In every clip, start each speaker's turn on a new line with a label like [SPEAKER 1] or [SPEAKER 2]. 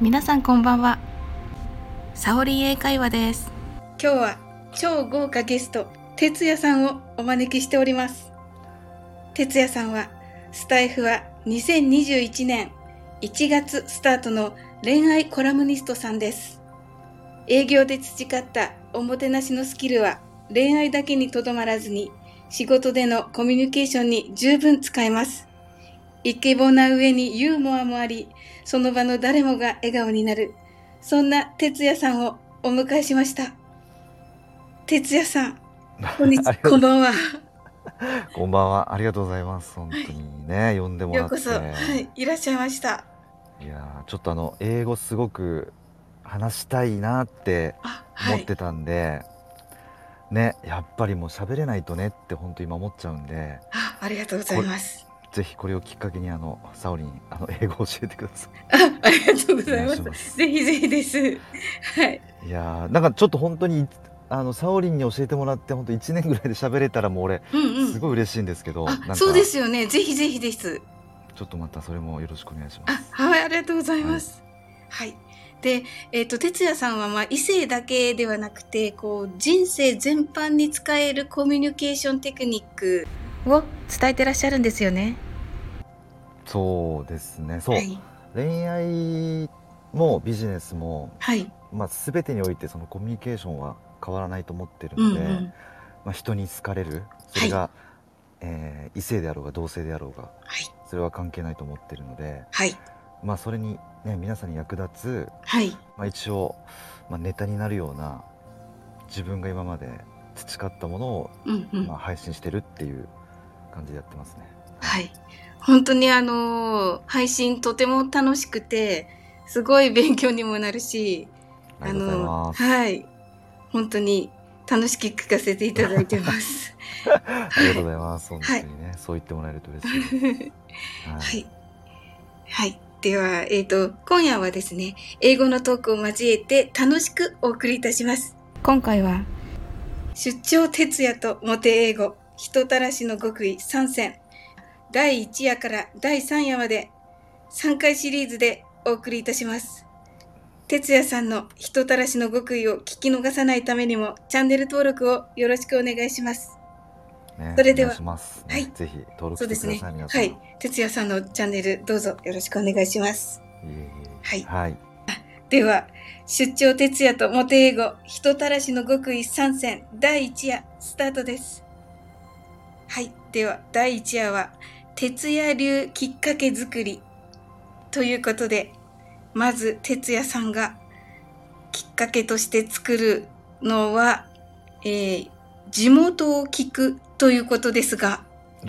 [SPEAKER 1] 皆さんこんばんはサオリン英会話です
[SPEAKER 2] 今日は超豪華ゲスト哲也さんをお招きしております哲也さんはスタイフは2021年1月スタートの恋愛コラムニストさんです営業で培ったおもてなしのスキルは恋愛だけにとどまらずに仕事でのコミュニケーションに十分使えますイケボな上にユーモアもありその場の誰もが笑顔になるそんな哲也さんをお迎えしました哲也 さんこんにち
[SPEAKER 3] ありがとう
[SPEAKER 2] こんばんは
[SPEAKER 3] こんばんは。ありがとうございます。本当にね、呼んでも
[SPEAKER 2] よ
[SPEAKER 3] ら
[SPEAKER 2] う
[SPEAKER 3] って。
[SPEAKER 2] こそ、はい、いらっしゃいました
[SPEAKER 3] いやー、ちょっとあの英語すごく話したいなって
[SPEAKER 2] あは
[SPEAKER 3] 思っ
[SPEAKER 2] い
[SPEAKER 3] てたんで、ね、やっぱりもう喋れないとねって本当今思っちゃうんで、
[SPEAKER 2] あありがとうございます
[SPEAKER 3] ぜひこれをきっかけにあのサオリンあの英語を教えてくださ
[SPEAKER 2] あ ありがとうございま
[SPEAKER 3] お願いしますす
[SPEAKER 2] ぜひぜひですはい
[SPEAKER 3] い。いやー、なんかちょっと本当にあのサオリンに教えてもらって本当1年ぐらいで喋れたらもう俺
[SPEAKER 2] うんう
[SPEAKER 3] す
[SPEAKER 2] ん
[SPEAKER 3] ごい嬉しいんですけど、なん
[SPEAKER 2] あ
[SPEAKER 3] か
[SPEAKER 2] そうですよねぜひぜひです
[SPEAKER 3] ちょっとまたそれもよろしくお願いします。
[SPEAKER 2] あはいありがとうございますはい、でえっ、と哲也さんはまあ異性だけではなくてこう人生全般に使えるコミュニケーションテクニックを伝えてらっしゃるんですよね
[SPEAKER 3] そうですね。そう。
[SPEAKER 2] はい
[SPEAKER 3] 恋愛もビジネスも、
[SPEAKER 2] はい
[SPEAKER 3] まあ、全てにおいてそのコミュニケーションは変わらないと思ってる
[SPEAKER 2] うん
[SPEAKER 3] の
[SPEAKER 2] う
[SPEAKER 3] で、
[SPEAKER 2] ん
[SPEAKER 3] まあ、人に好かれるそれが、えー異性であろうが同性であろうが
[SPEAKER 2] はい
[SPEAKER 3] それは関係ないと思ってるので、
[SPEAKER 2] はい
[SPEAKER 3] まあ、それに、ね、皆さんに役立つ、
[SPEAKER 2] はい
[SPEAKER 3] まあ、一応、まあ、ネタになるような自分が今まで培ったものを、
[SPEAKER 2] うんうん
[SPEAKER 3] まあ、配信してるっていう感じでやってますね。
[SPEAKER 2] はい。本当にあのー配信とても楽しくて、すごい勉強にもなるし、
[SPEAKER 3] ありがとうござい
[SPEAKER 2] の
[SPEAKER 3] ま
[SPEAKER 2] ー
[SPEAKER 3] す。
[SPEAKER 2] はい。本当に楽しく聞かせていただいてます。
[SPEAKER 3] ありがとうございます。本
[SPEAKER 2] はい
[SPEAKER 3] 当にね、そう言ってもらえると嬉 しいです。はい
[SPEAKER 2] はい。はい。では、えっ、と、今夜はですね、英語のトークを交えて楽しくお送りいたします。
[SPEAKER 1] 今回は
[SPEAKER 2] 出張徹夜とモテ英語人たらしの極意3選第1夜から第3夜まで3回シリーズでお送りいたします哲也さんの人たらしの極意を聞き逃さないためにもチャンネル登録をよろしくお願いします
[SPEAKER 3] ね、
[SPEAKER 2] それでは
[SPEAKER 3] お願いします、ね
[SPEAKER 2] はい
[SPEAKER 3] ぜひ登録
[SPEAKER 2] そうで
[SPEAKER 3] してく
[SPEAKER 2] す
[SPEAKER 3] だ
[SPEAKER 2] ね
[SPEAKER 3] さい、皆さん。
[SPEAKER 2] はい哲也さんのチャンネルどうぞよろしくお願いします
[SPEAKER 3] いえいえ
[SPEAKER 2] はい
[SPEAKER 3] はい。
[SPEAKER 2] では出張徹夜とモテ英語人たらしの極意3選第1夜スタートですはいでは第1夜は徹夜流きっかけ作りということでまず徹夜さんがきっかけとして作るのは、えー地元を聞くということですが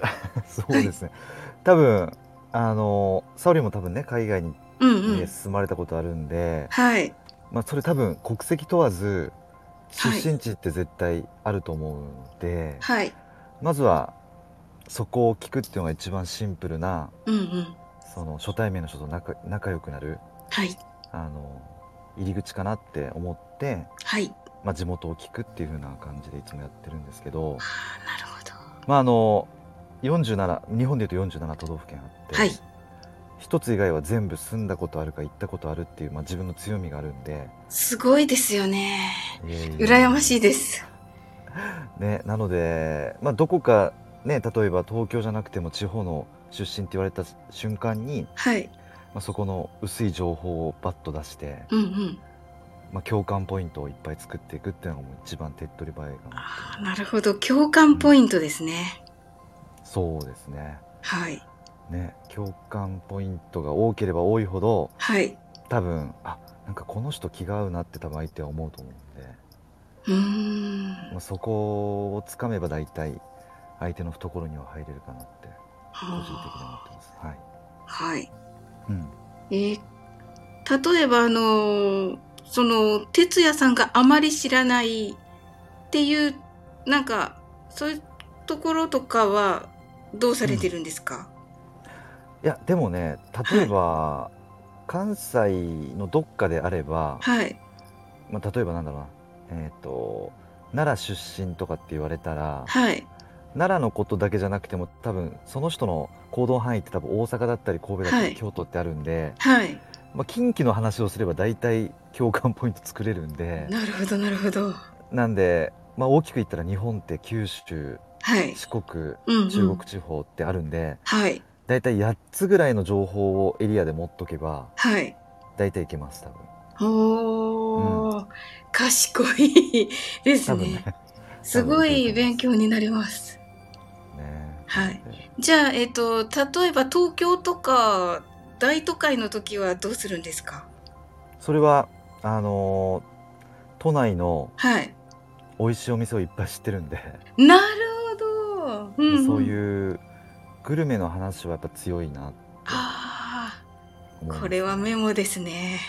[SPEAKER 3] そうですね。多分、あの、サオリンも多分ね、海外に、
[SPEAKER 2] うんう
[SPEAKER 3] ね
[SPEAKER 2] ん
[SPEAKER 3] 住まれたことあるんで、
[SPEAKER 2] はい
[SPEAKER 3] まあ、それ多分、国籍問わず、
[SPEAKER 2] はい
[SPEAKER 3] 出身地って絶対あると思うので、
[SPEAKER 2] はい
[SPEAKER 3] まずは、そこを聞くっていうのが一番シンプルな、
[SPEAKER 2] うんうん
[SPEAKER 3] その、初対面の人と仲仲良くなる、
[SPEAKER 2] はい
[SPEAKER 3] あの、入り口かなって思って、
[SPEAKER 2] はい
[SPEAKER 3] まあ、地元を聞くっていう風な感じでいつもやってるんですけ
[SPEAKER 2] あー
[SPEAKER 3] ど、
[SPEAKER 2] なるほど
[SPEAKER 3] まああの47日本でいうと47都道府県あって、
[SPEAKER 2] はい
[SPEAKER 3] 一つ以外は全部住んだことあるか行ったことあるっていう、まあ、自分の強みがあるんです
[SPEAKER 2] ごいですよね
[SPEAKER 3] 羨
[SPEAKER 2] 羨ましいです。
[SPEAKER 3] ね、なので、まあ、どこか、ね、例えば東京じゃなくても地方の出身って言われた瞬間に、
[SPEAKER 2] はい。
[SPEAKER 3] まあ、そこの薄い情報をバッと出して、
[SPEAKER 2] うんうん。
[SPEAKER 3] まあ、共感ポイントをいっぱい作っていくっていうのがもう一番手っ取り早いかな
[SPEAKER 2] あーなるほど。共感ポイントですね。
[SPEAKER 3] そうですね
[SPEAKER 2] はい。
[SPEAKER 3] ね共感ポイントが多ければ多いほど
[SPEAKER 2] はい。
[SPEAKER 3] 多分あなんかこの人気が合うなって多分相手は思うと思うんで、
[SPEAKER 2] うーん。
[SPEAKER 3] まあ、そこをつかめば大体相手の懐には入れるかなって個人的には思ってますはい、
[SPEAKER 2] はい。
[SPEAKER 3] うん、
[SPEAKER 2] えー例えば、あのーその、哲也さんがあまり知らないっていう、なんか、そういうところとかは、どうされてるんですか、
[SPEAKER 3] いやでもね例えば、関西のどっかであれば、
[SPEAKER 2] はい。
[SPEAKER 3] まあ、例えばなんだろうなえっ、と奈良出身とかって言われたら
[SPEAKER 2] はい。
[SPEAKER 3] 奈良のことだけじゃなくても多分その人の行動範囲って多分大阪だったり神戸だったり、
[SPEAKER 2] はい
[SPEAKER 3] 京都ってあるんで
[SPEAKER 2] はい。
[SPEAKER 3] まあ、近畿の話をすれば大体共感ポイント作れるんで
[SPEAKER 2] なるほどなるほど
[SPEAKER 3] なんで、まあ、大きく言ったら日本って九州
[SPEAKER 2] はい
[SPEAKER 3] 四国
[SPEAKER 2] うんうん
[SPEAKER 3] 中国地方ってあるんで
[SPEAKER 2] はい
[SPEAKER 3] 大体8つぐらいの情報をエリアで持っとけば
[SPEAKER 2] はい
[SPEAKER 3] 大体いけます多分
[SPEAKER 2] おー、賢いです
[SPEAKER 3] 多分
[SPEAKER 2] ね
[SPEAKER 3] ね
[SPEAKER 2] すごい勉強になります
[SPEAKER 3] ね
[SPEAKER 2] はいじゃあえっ、と例えば東京とか大都会の時はどうするんですか
[SPEAKER 3] それはあのー都内の
[SPEAKER 2] はい
[SPEAKER 3] 美味しいお店をいっぱい知ってるんで、
[SPEAKER 2] なるほど、うんん
[SPEAKER 3] そういうグルメの話はやっぱ強いな
[SPEAKER 2] あ
[SPEAKER 3] 思いま
[SPEAKER 2] あ
[SPEAKER 3] す
[SPEAKER 2] これはメモですね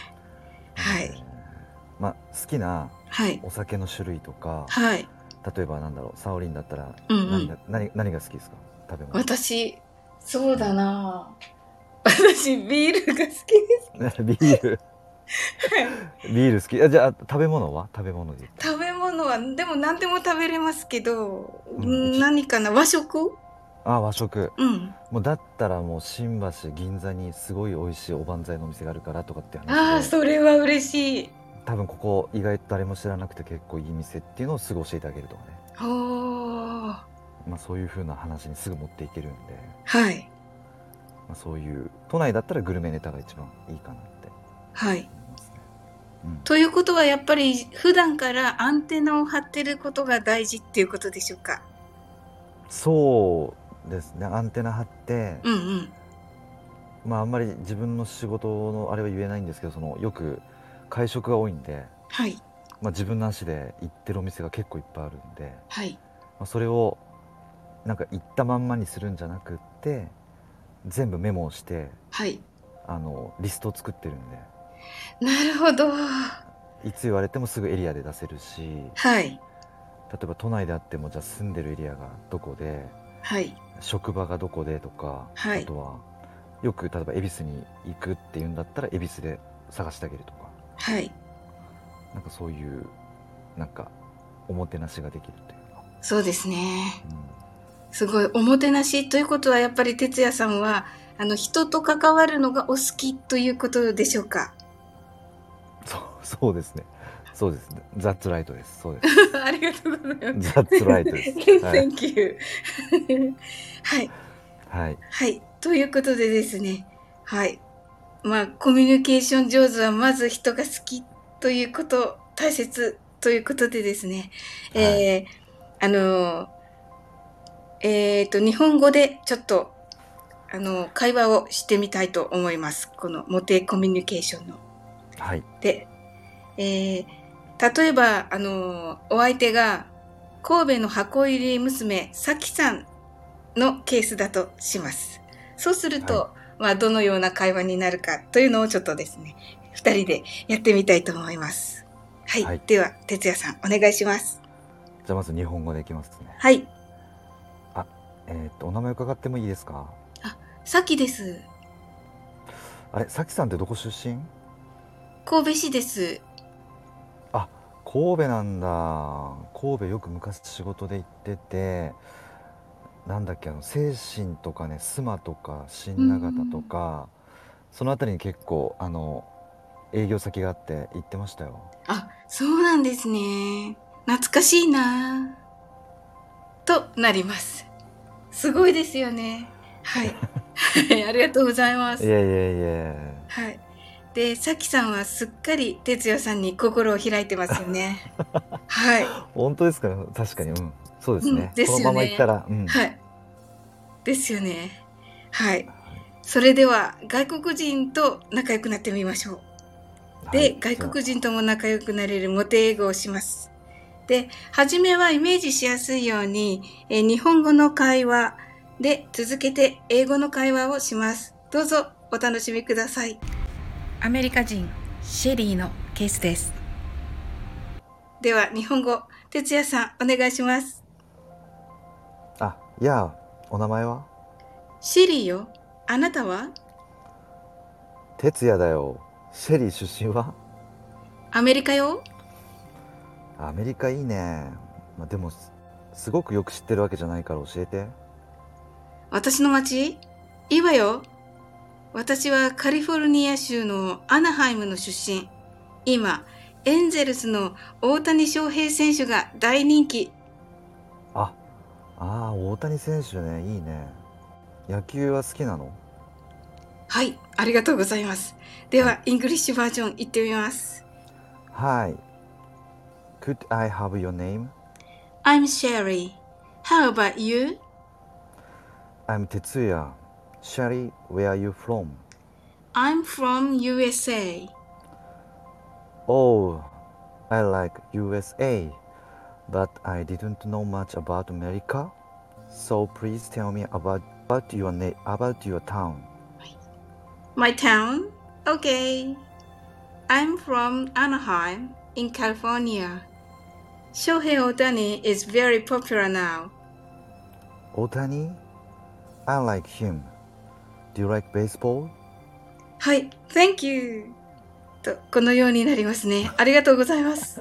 [SPEAKER 2] はい
[SPEAKER 3] まあ好きな
[SPEAKER 2] はい
[SPEAKER 3] お酒の種類とか
[SPEAKER 2] はい
[SPEAKER 3] 例えばなんだろうサオリンだったら
[SPEAKER 2] うんうん
[SPEAKER 3] 何が,、何何が好きですか食べ物
[SPEAKER 2] 私そうだな私ビールが好きです
[SPEAKER 3] ビールビール好きあじゃあ食べ物は食べ物で
[SPEAKER 2] 食べ物はでも何でも食べれますけど、
[SPEAKER 3] うん
[SPEAKER 2] うん何かな和食
[SPEAKER 3] あ和食
[SPEAKER 2] うん
[SPEAKER 3] もうだったらもう新橋銀座にすごい美味しいおばんざいのお店があるからとかって
[SPEAKER 2] ああ
[SPEAKER 3] 話で
[SPEAKER 2] それは嬉しい
[SPEAKER 3] 多分ここ意外と誰も知らなくて結構いい店っていうのをすぐ教えてあげるとかね、
[SPEAKER 2] おー
[SPEAKER 3] まあ、そういう風な話にすぐ持っていけるんで、
[SPEAKER 2] はい
[SPEAKER 3] まあ、そういう都内だったらグルメネタが一番いいかなって
[SPEAKER 2] はい
[SPEAKER 3] 思いますね、うん
[SPEAKER 2] ということはやっぱり普段からアンテナを張ってることが大事っていうことでしょうか
[SPEAKER 3] そうですねアンテナ張って、
[SPEAKER 2] うんうん
[SPEAKER 3] まああんまり自分の仕事のあれは言えないんですけどそのよく会食が多いんで、
[SPEAKER 2] はい
[SPEAKER 3] まあ、自分の足で行ってるお店が結構いっぱいあるんで、
[SPEAKER 2] はい
[SPEAKER 3] まあ、それをなんか行ったまんまにするんじゃなくって全部メモをして
[SPEAKER 2] はい
[SPEAKER 3] あのリストを作ってるんで
[SPEAKER 2] なるほどはい
[SPEAKER 3] つ言われてもすぐエリアで出せるし
[SPEAKER 2] い
[SPEAKER 3] 例えば都内であってもじゃあ住んでるエリアがどこで
[SPEAKER 2] はい
[SPEAKER 3] 職場がどこでとか、
[SPEAKER 2] はい
[SPEAKER 3] あとはよく例えば恵比寿に行くっていうんだったら恵比寿で探してあげるとか
[SPEAKER 2] はい
[SPEAKER 3] なんかそういうなんかおもてなしができるというか、
[SPEAKER 2] そうですね
[SPEAKER 3] うん
[SPEAKER 2] すごいおもてなしということはやっぱり哲也さんはあの人と関わるのがお好きということでしょうか
[SPEAKER 3] そう そうですねそうですねザッツライトですそうです
[SPEAKER 2] ありがとうございます
[SPEAKER 3] ザッツライ トですはい、
[SPEAKER 2] Thank you はい
[SPEAKER 3] はい、
[SPEAKER 2] はいということでですねはいまあコミュニケーション上手はまず人が好きということ大切ということでですね、えーあのーえっ、と日本語でちょっとあのー会話をしてみたいと思いますこのモテコミュニケーションの
[SPEAKER 3] はい、
[SPEAKER 2] で、えー例えば、あのーお相手が神戸の箱入り娘、さきさんのケースだとします。そうすると、
[SPEAKER 3] は
[SPEAKER 2] まあ、どのような会話になるかというのをちょっとですね、二人でやってみたいと思います。はい。
[SPEAKER 3] はい
[SPEAKER 2] では、哲也さん、お願いします。
[SPEAKER 3] じゃあまず日本語でいきますね
[SPEAKER 2] はい。
[SPEAKER 3] えーっとお名前伺ってもいいですか
[SPEAKER 2] さきです。
[SPEAKER 3] あれさきさんってどこ出身
[SPEAKER 2] 神戸市です。
[SPEAKER 3] 神戸なんだ神戸よく昔仕事で行っててなんだっけあの精神とかね須磨とか新長田とかその辺りに結構あの営業先があって行ってましたよ
[SPEAKER 2] あ、そうなんですね。懐かしいなあとなります。すごいですよね。はい。 はいありがとうございま
[SPEAKER 3] い
[SPEAKER 2] す。
[SPEAKER 3] やいやいや
[SPEAKER 2] はい。で、さきさんはすっかり哲也さんに心を開いてますよね。 はい。
[SPEAKER 3] 本当ですから確かにうんそうですね,、
[SPEAKER 2] うんですよね
[SPEAKER 3] このまま行ったらうん、
[SPEAKER 2] はい。ですよね。はい。それでは外国人と仲良くなってみましょう。で、
[SPEAKER 3] はい
[SPEAKER 2] 外国人とも仲良くなれるモテ英語をします。で、初めはイメージしやすいように、えー日本語の会話で続けて英語の会話をします。どうぞお楽しみください。
[SPEAKER 1] アメリカ人シェリーのケースです。
[SPEAKER 2] では、日本語、哲也さん、お願いします。
[SPEAKER 3] あいやお名前は
[SPEAKER 2] シェリーよ、あなたは
[SPEAKER 3] 哲也だよシェリー出身は
[SPEAKER 2] アメリカよ
[SPEAKER 3] アメリカいいね、まあ、でもすすごくよく知ってるわけじゃないから教えて
[SPEAKER 2] 私の町いいわよ。私はカリフォルニア州のアナハイムの出身。今、エンゼルスの大谷翔平選手が大人気。
[SPEAKER 3] ああー大谷選手ねいいね野球は好きなの
[SPEAKER 2] はい、ありがとうございます。では、イングリッシュバージョン行ってみます。
[SPEAKER 3] はい Could I have your name?
[SPEAKER 2] I'm Sherry. How about you?
[SPEAKER 3] I'm Tetsuya Sherry, where are you from?
[SPEAKER 2] I'm from USA.
[SPEAKER 3] Oh, I like USA, but I didn't know much about America. So please tell me about, about your na- about your town.
[SPEAKER 2] My town? Okay. I'm from Anaheim in California. Shohei Otani is very popular now.
[SPEAKER 3] Otani? I like him. Do you like baseball?
[SPEAKER 2] はい、Thank you! と、このようになりますね。ありがとうございます。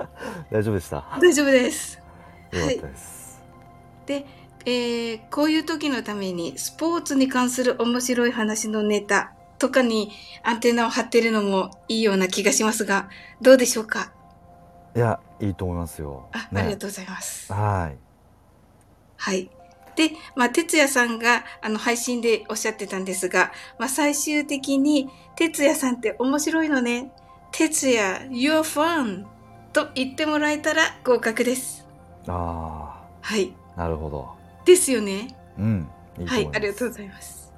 [SPEAKER 3] 大丈夫でした。よか
[SPEAKER 2] 大丈夫です。
[SPEAKER 3] ったです。
[SPEAKER 2] で、えーこういう時のためにスポーツに関する面白い話のネタとかにアンテナを張ってるのもいいような気がしますが、どうでしょうか
[SPEAKER 3] い、や、いいと思いますよ。
[SPEAKER 2] あ,、ありがとうございます。
[SPEAKER 3] はい。
[SPEAKER 2] はい。で、まあ、哲也さんが、あの、配信でおっしゃってたんですが、まあ、最終的に、哲也さんって面白いのね。哲也、you're fun! と言ってもらえたら合格です。
[SPEAKER 3] あ
[SPEAKER 2] はい。
[SPEAKER 3] あ、なるほど。です
[SPEAKER 2] よね。
[SPEAKER 3] うん。いいと
[SPEAKER 2] は
[SPEAKER 3] 思
[SPEAKER 2] い、ありがとうご
[SPEAKER 3] い
[SPEAKER 2] ざいます。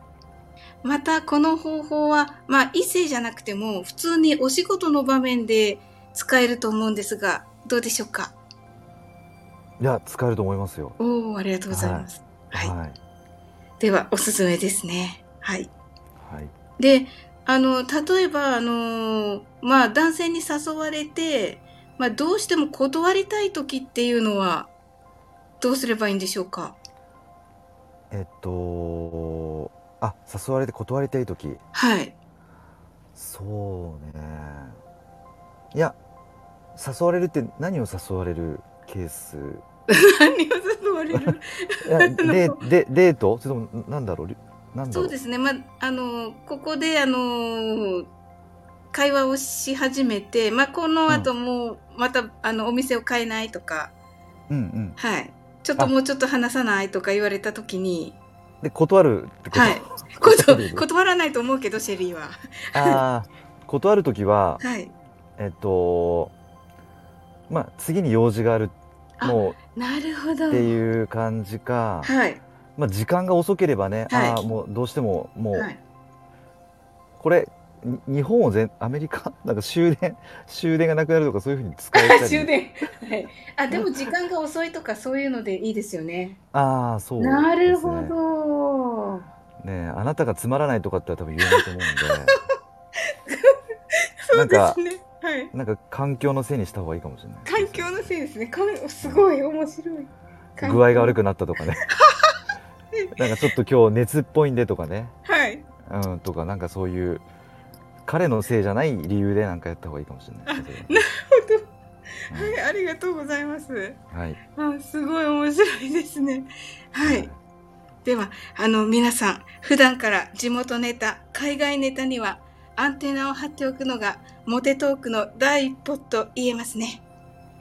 [SPEAKER 2] また、この方法は、まあ、異性じゃなくても、普通にお仕事の場面で使えると思うんですが、どうでしょうか
[SPEAKER 3] ます。いや、使えると思いますよ。
[SPEAKER 2] おー、ありがとうございます。はい。
[SPEAKER 3] はい。
[SPEAKER 2] では、おすすめですね。はい。
[SPEAKER 3] はい。
[SPEAKER 2] であの例えばあの、まあ、男性に誘われて、まあ、どうしても断りたい時っていうのはどうすればいいんでしょうか
[SPEAKER 3] えっと、あ、誘われて断りたいとき。
[SPEAKER 2] はい
[SPEAKER 3] そうねいや誘われるって何を誘われるケース
[SPEAKER 2] 何を誘われる
[SPEAKER 3] いや
[SPEAKER 2] の
[SPEAKER 3] デデデートそれともなんだろうりなんだ
[SPEAKER 2] そ
[SPEAKER 3] ろう
[SPEAKER 2] うですね、まあ、あのここであの会話をし始めて、まあ、この後もうまた、あのお店を変えないとか、
[SPEAKER 3] うんうん
[SPEAKER 2] はい、ちょっと
[SPEAKER 3] あ
[SPEAKER 2] もうちょっと話さないとか言われた時に
[SPEAKER 3] で断るってこと、
[SPEAKER 2] はいこ と
[SPEAKER 3] 断る
[SPEAKER 2] 断らないと思うけどシェリーは。
[SPEAKER 3] あー断るときは
[SPEAKER 2] はい、
[SPEAKER 3] えっとまあ次に用事がある
[SPEAKER 2] あ
[SPEAKER 3] も
[SPEAKER 2] なるほ
[SPEAKER 3] う
[SPEAKER 2] ど
[SPEAKER 3] っていう感じか、
[SPEAKER 2] はい、
[SPEAKER 3] まあ、時間が遅ければね、
[SPEAKER 2] はい
[SPEAKER 3] ああもうどうしてももう、
[SPEAKER 2] はい、
[SPEAKER 3] これに日本を全アメリカ なんか終電終電がなくなるとかそういうふうに使えたり
[SPEAKER 2] 終電はいあでも時間が遅いとかそういうのでいいですよね
[SPEAKER 3] ああそうですね、
[SPEAKER 2] なるほど
[SPEAKER 3] ねえあなたがつまらないとかっては多分言え ないと思うんで
[SPEAKER 2] そうで
[SPEAKER 3] なんか
[SPEAKER 2] すねはい
[SPEAKER 3] なんか環境のせいにした方がいいかもしれない
[SPEAKER 2] 環境のせいですねかんすごい面白い
[SPEAKER 3] 具合が悪
[SPEAKER 2] く
[SPEAKER 3] くなったとかね なんかちょっと今日熱っぽいんでとかね
[SPEAKER 2] はい
[SPEAKER 3] うんとかなんかそういう彼のせいじゃない理由でなんかやった方がいいかもしれないですね
[SPEAKER 2] なるほどはいありがとうございます
[SPEAKER 3] はい
[SPEAKER 2] あすごい面白いですねはいではあの皆さん普段から地元ネタ海外ネタにはアンテナを張っておくのがモテトークの第一歩と言えますね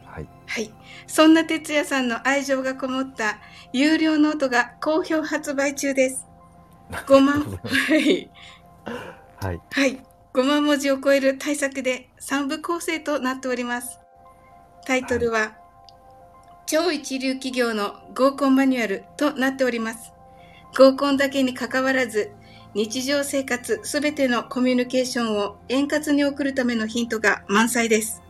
[SPEAKER 3] はい
[SPEAKER 2] はい、そんな哲也さんの愛情がこもった有料ノートが好評発売中です。5万はい、
[SPEAKER 3] はい
[SPEAKER 2] はい、5万文字を超える大作で3部構成となっております。タイトルは、超一流企業の合コンマニュアルとなっております。合コンだけにかかわらず、日常生活すべてのコミュニケーションを円滑に送るためのヒントが満載です。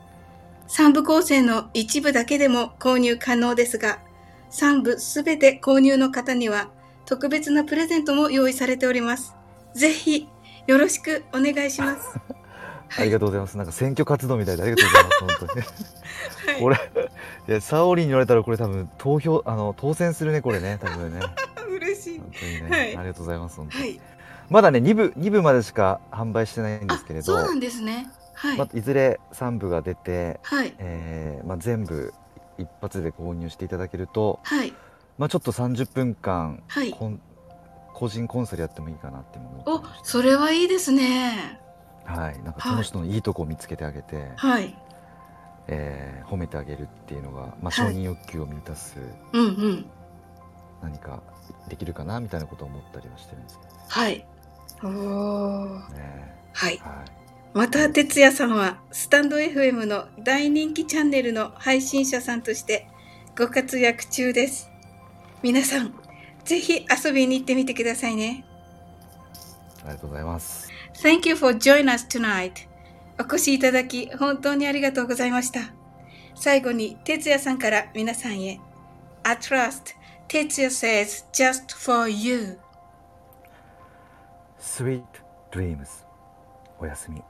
[SPEAKER 2] 3部構成の一部だけでも購入可能ですが、3部すべて購入の方には特別なプレゼントも用意されております。ぜひよろしくお願いし ます。
[SPEAKER 3] ありがとうございますなんか選挙活動みたいでありがとうございます本当 に
[SPEAKER 2] はい
[SPEAKER 3] これいやサオリンに言われたらこれ多分投票あの当選するねこれね多分ね
[SPEAKER 2] 嬉しい。
[SPEAKER 3] 本当にね、
[SPEAKER 2] はい
[SPEAKER 3] ありがとうございます本当に
[SPEAKER 2] はい。
[SPEAKER 3] まだね2部二部までしか販売してないんで
[SPEAKER 2] あ
[SPEAKER 3] すけれ、ど
[SPEAKER 2] そうなんですね。はい。
[SPEAKER 3] まあ、いずれ3部が出て、
[SPEAKER 2] はい。
[SPEAKER 3] えーまあ、全部一発で購入していただけると、
[SPEAKER 2] はい。
[SPEAKER 3] まあ、ちょっと30分間
[SPEAKER 2] はい。
[SPEAKER 3] こん個人コンサルやってもいいかなって今思って
[SPEAKER 2] お
[SPEAKER 3] まし
[SPEAKER 2] それはいいですね
[SPEAKER 3] たはいなんかその人のいいとこを見つけてあげて、
[SPEAKER 2] はい
[SPEAKER 3] えー褒めてあげるっていうのが、まあ、
[SPEAKER 2] い
[SPEAKER 3] 承認欲求を満たす
[SPEAKER 2] うんうん
[SPEAKER 3] 何かできるかなみたいなことを思ったりはしてるんですけ
[SPEAKER 2] はいおー
[SPEAKER 3] どね
[SPEAKER 2] はい
[SPEAKER 3] はい
[SPEAKER 2] また哲也さんはスタンド FM の大人気チャンネルの配信者さんとしてご活躍中です皆さんぜひ遊びに行ってみてくださいね
[SPEAKER 3] ありがとうございます。
[SPEAKER 2] Thank you for joining us tonight お越しいただき本当にありがとうございました最後に哲也さんから皆さんへ At last 哲也 says just for you
[SPEAKER 3] Sweet dreams おやすみ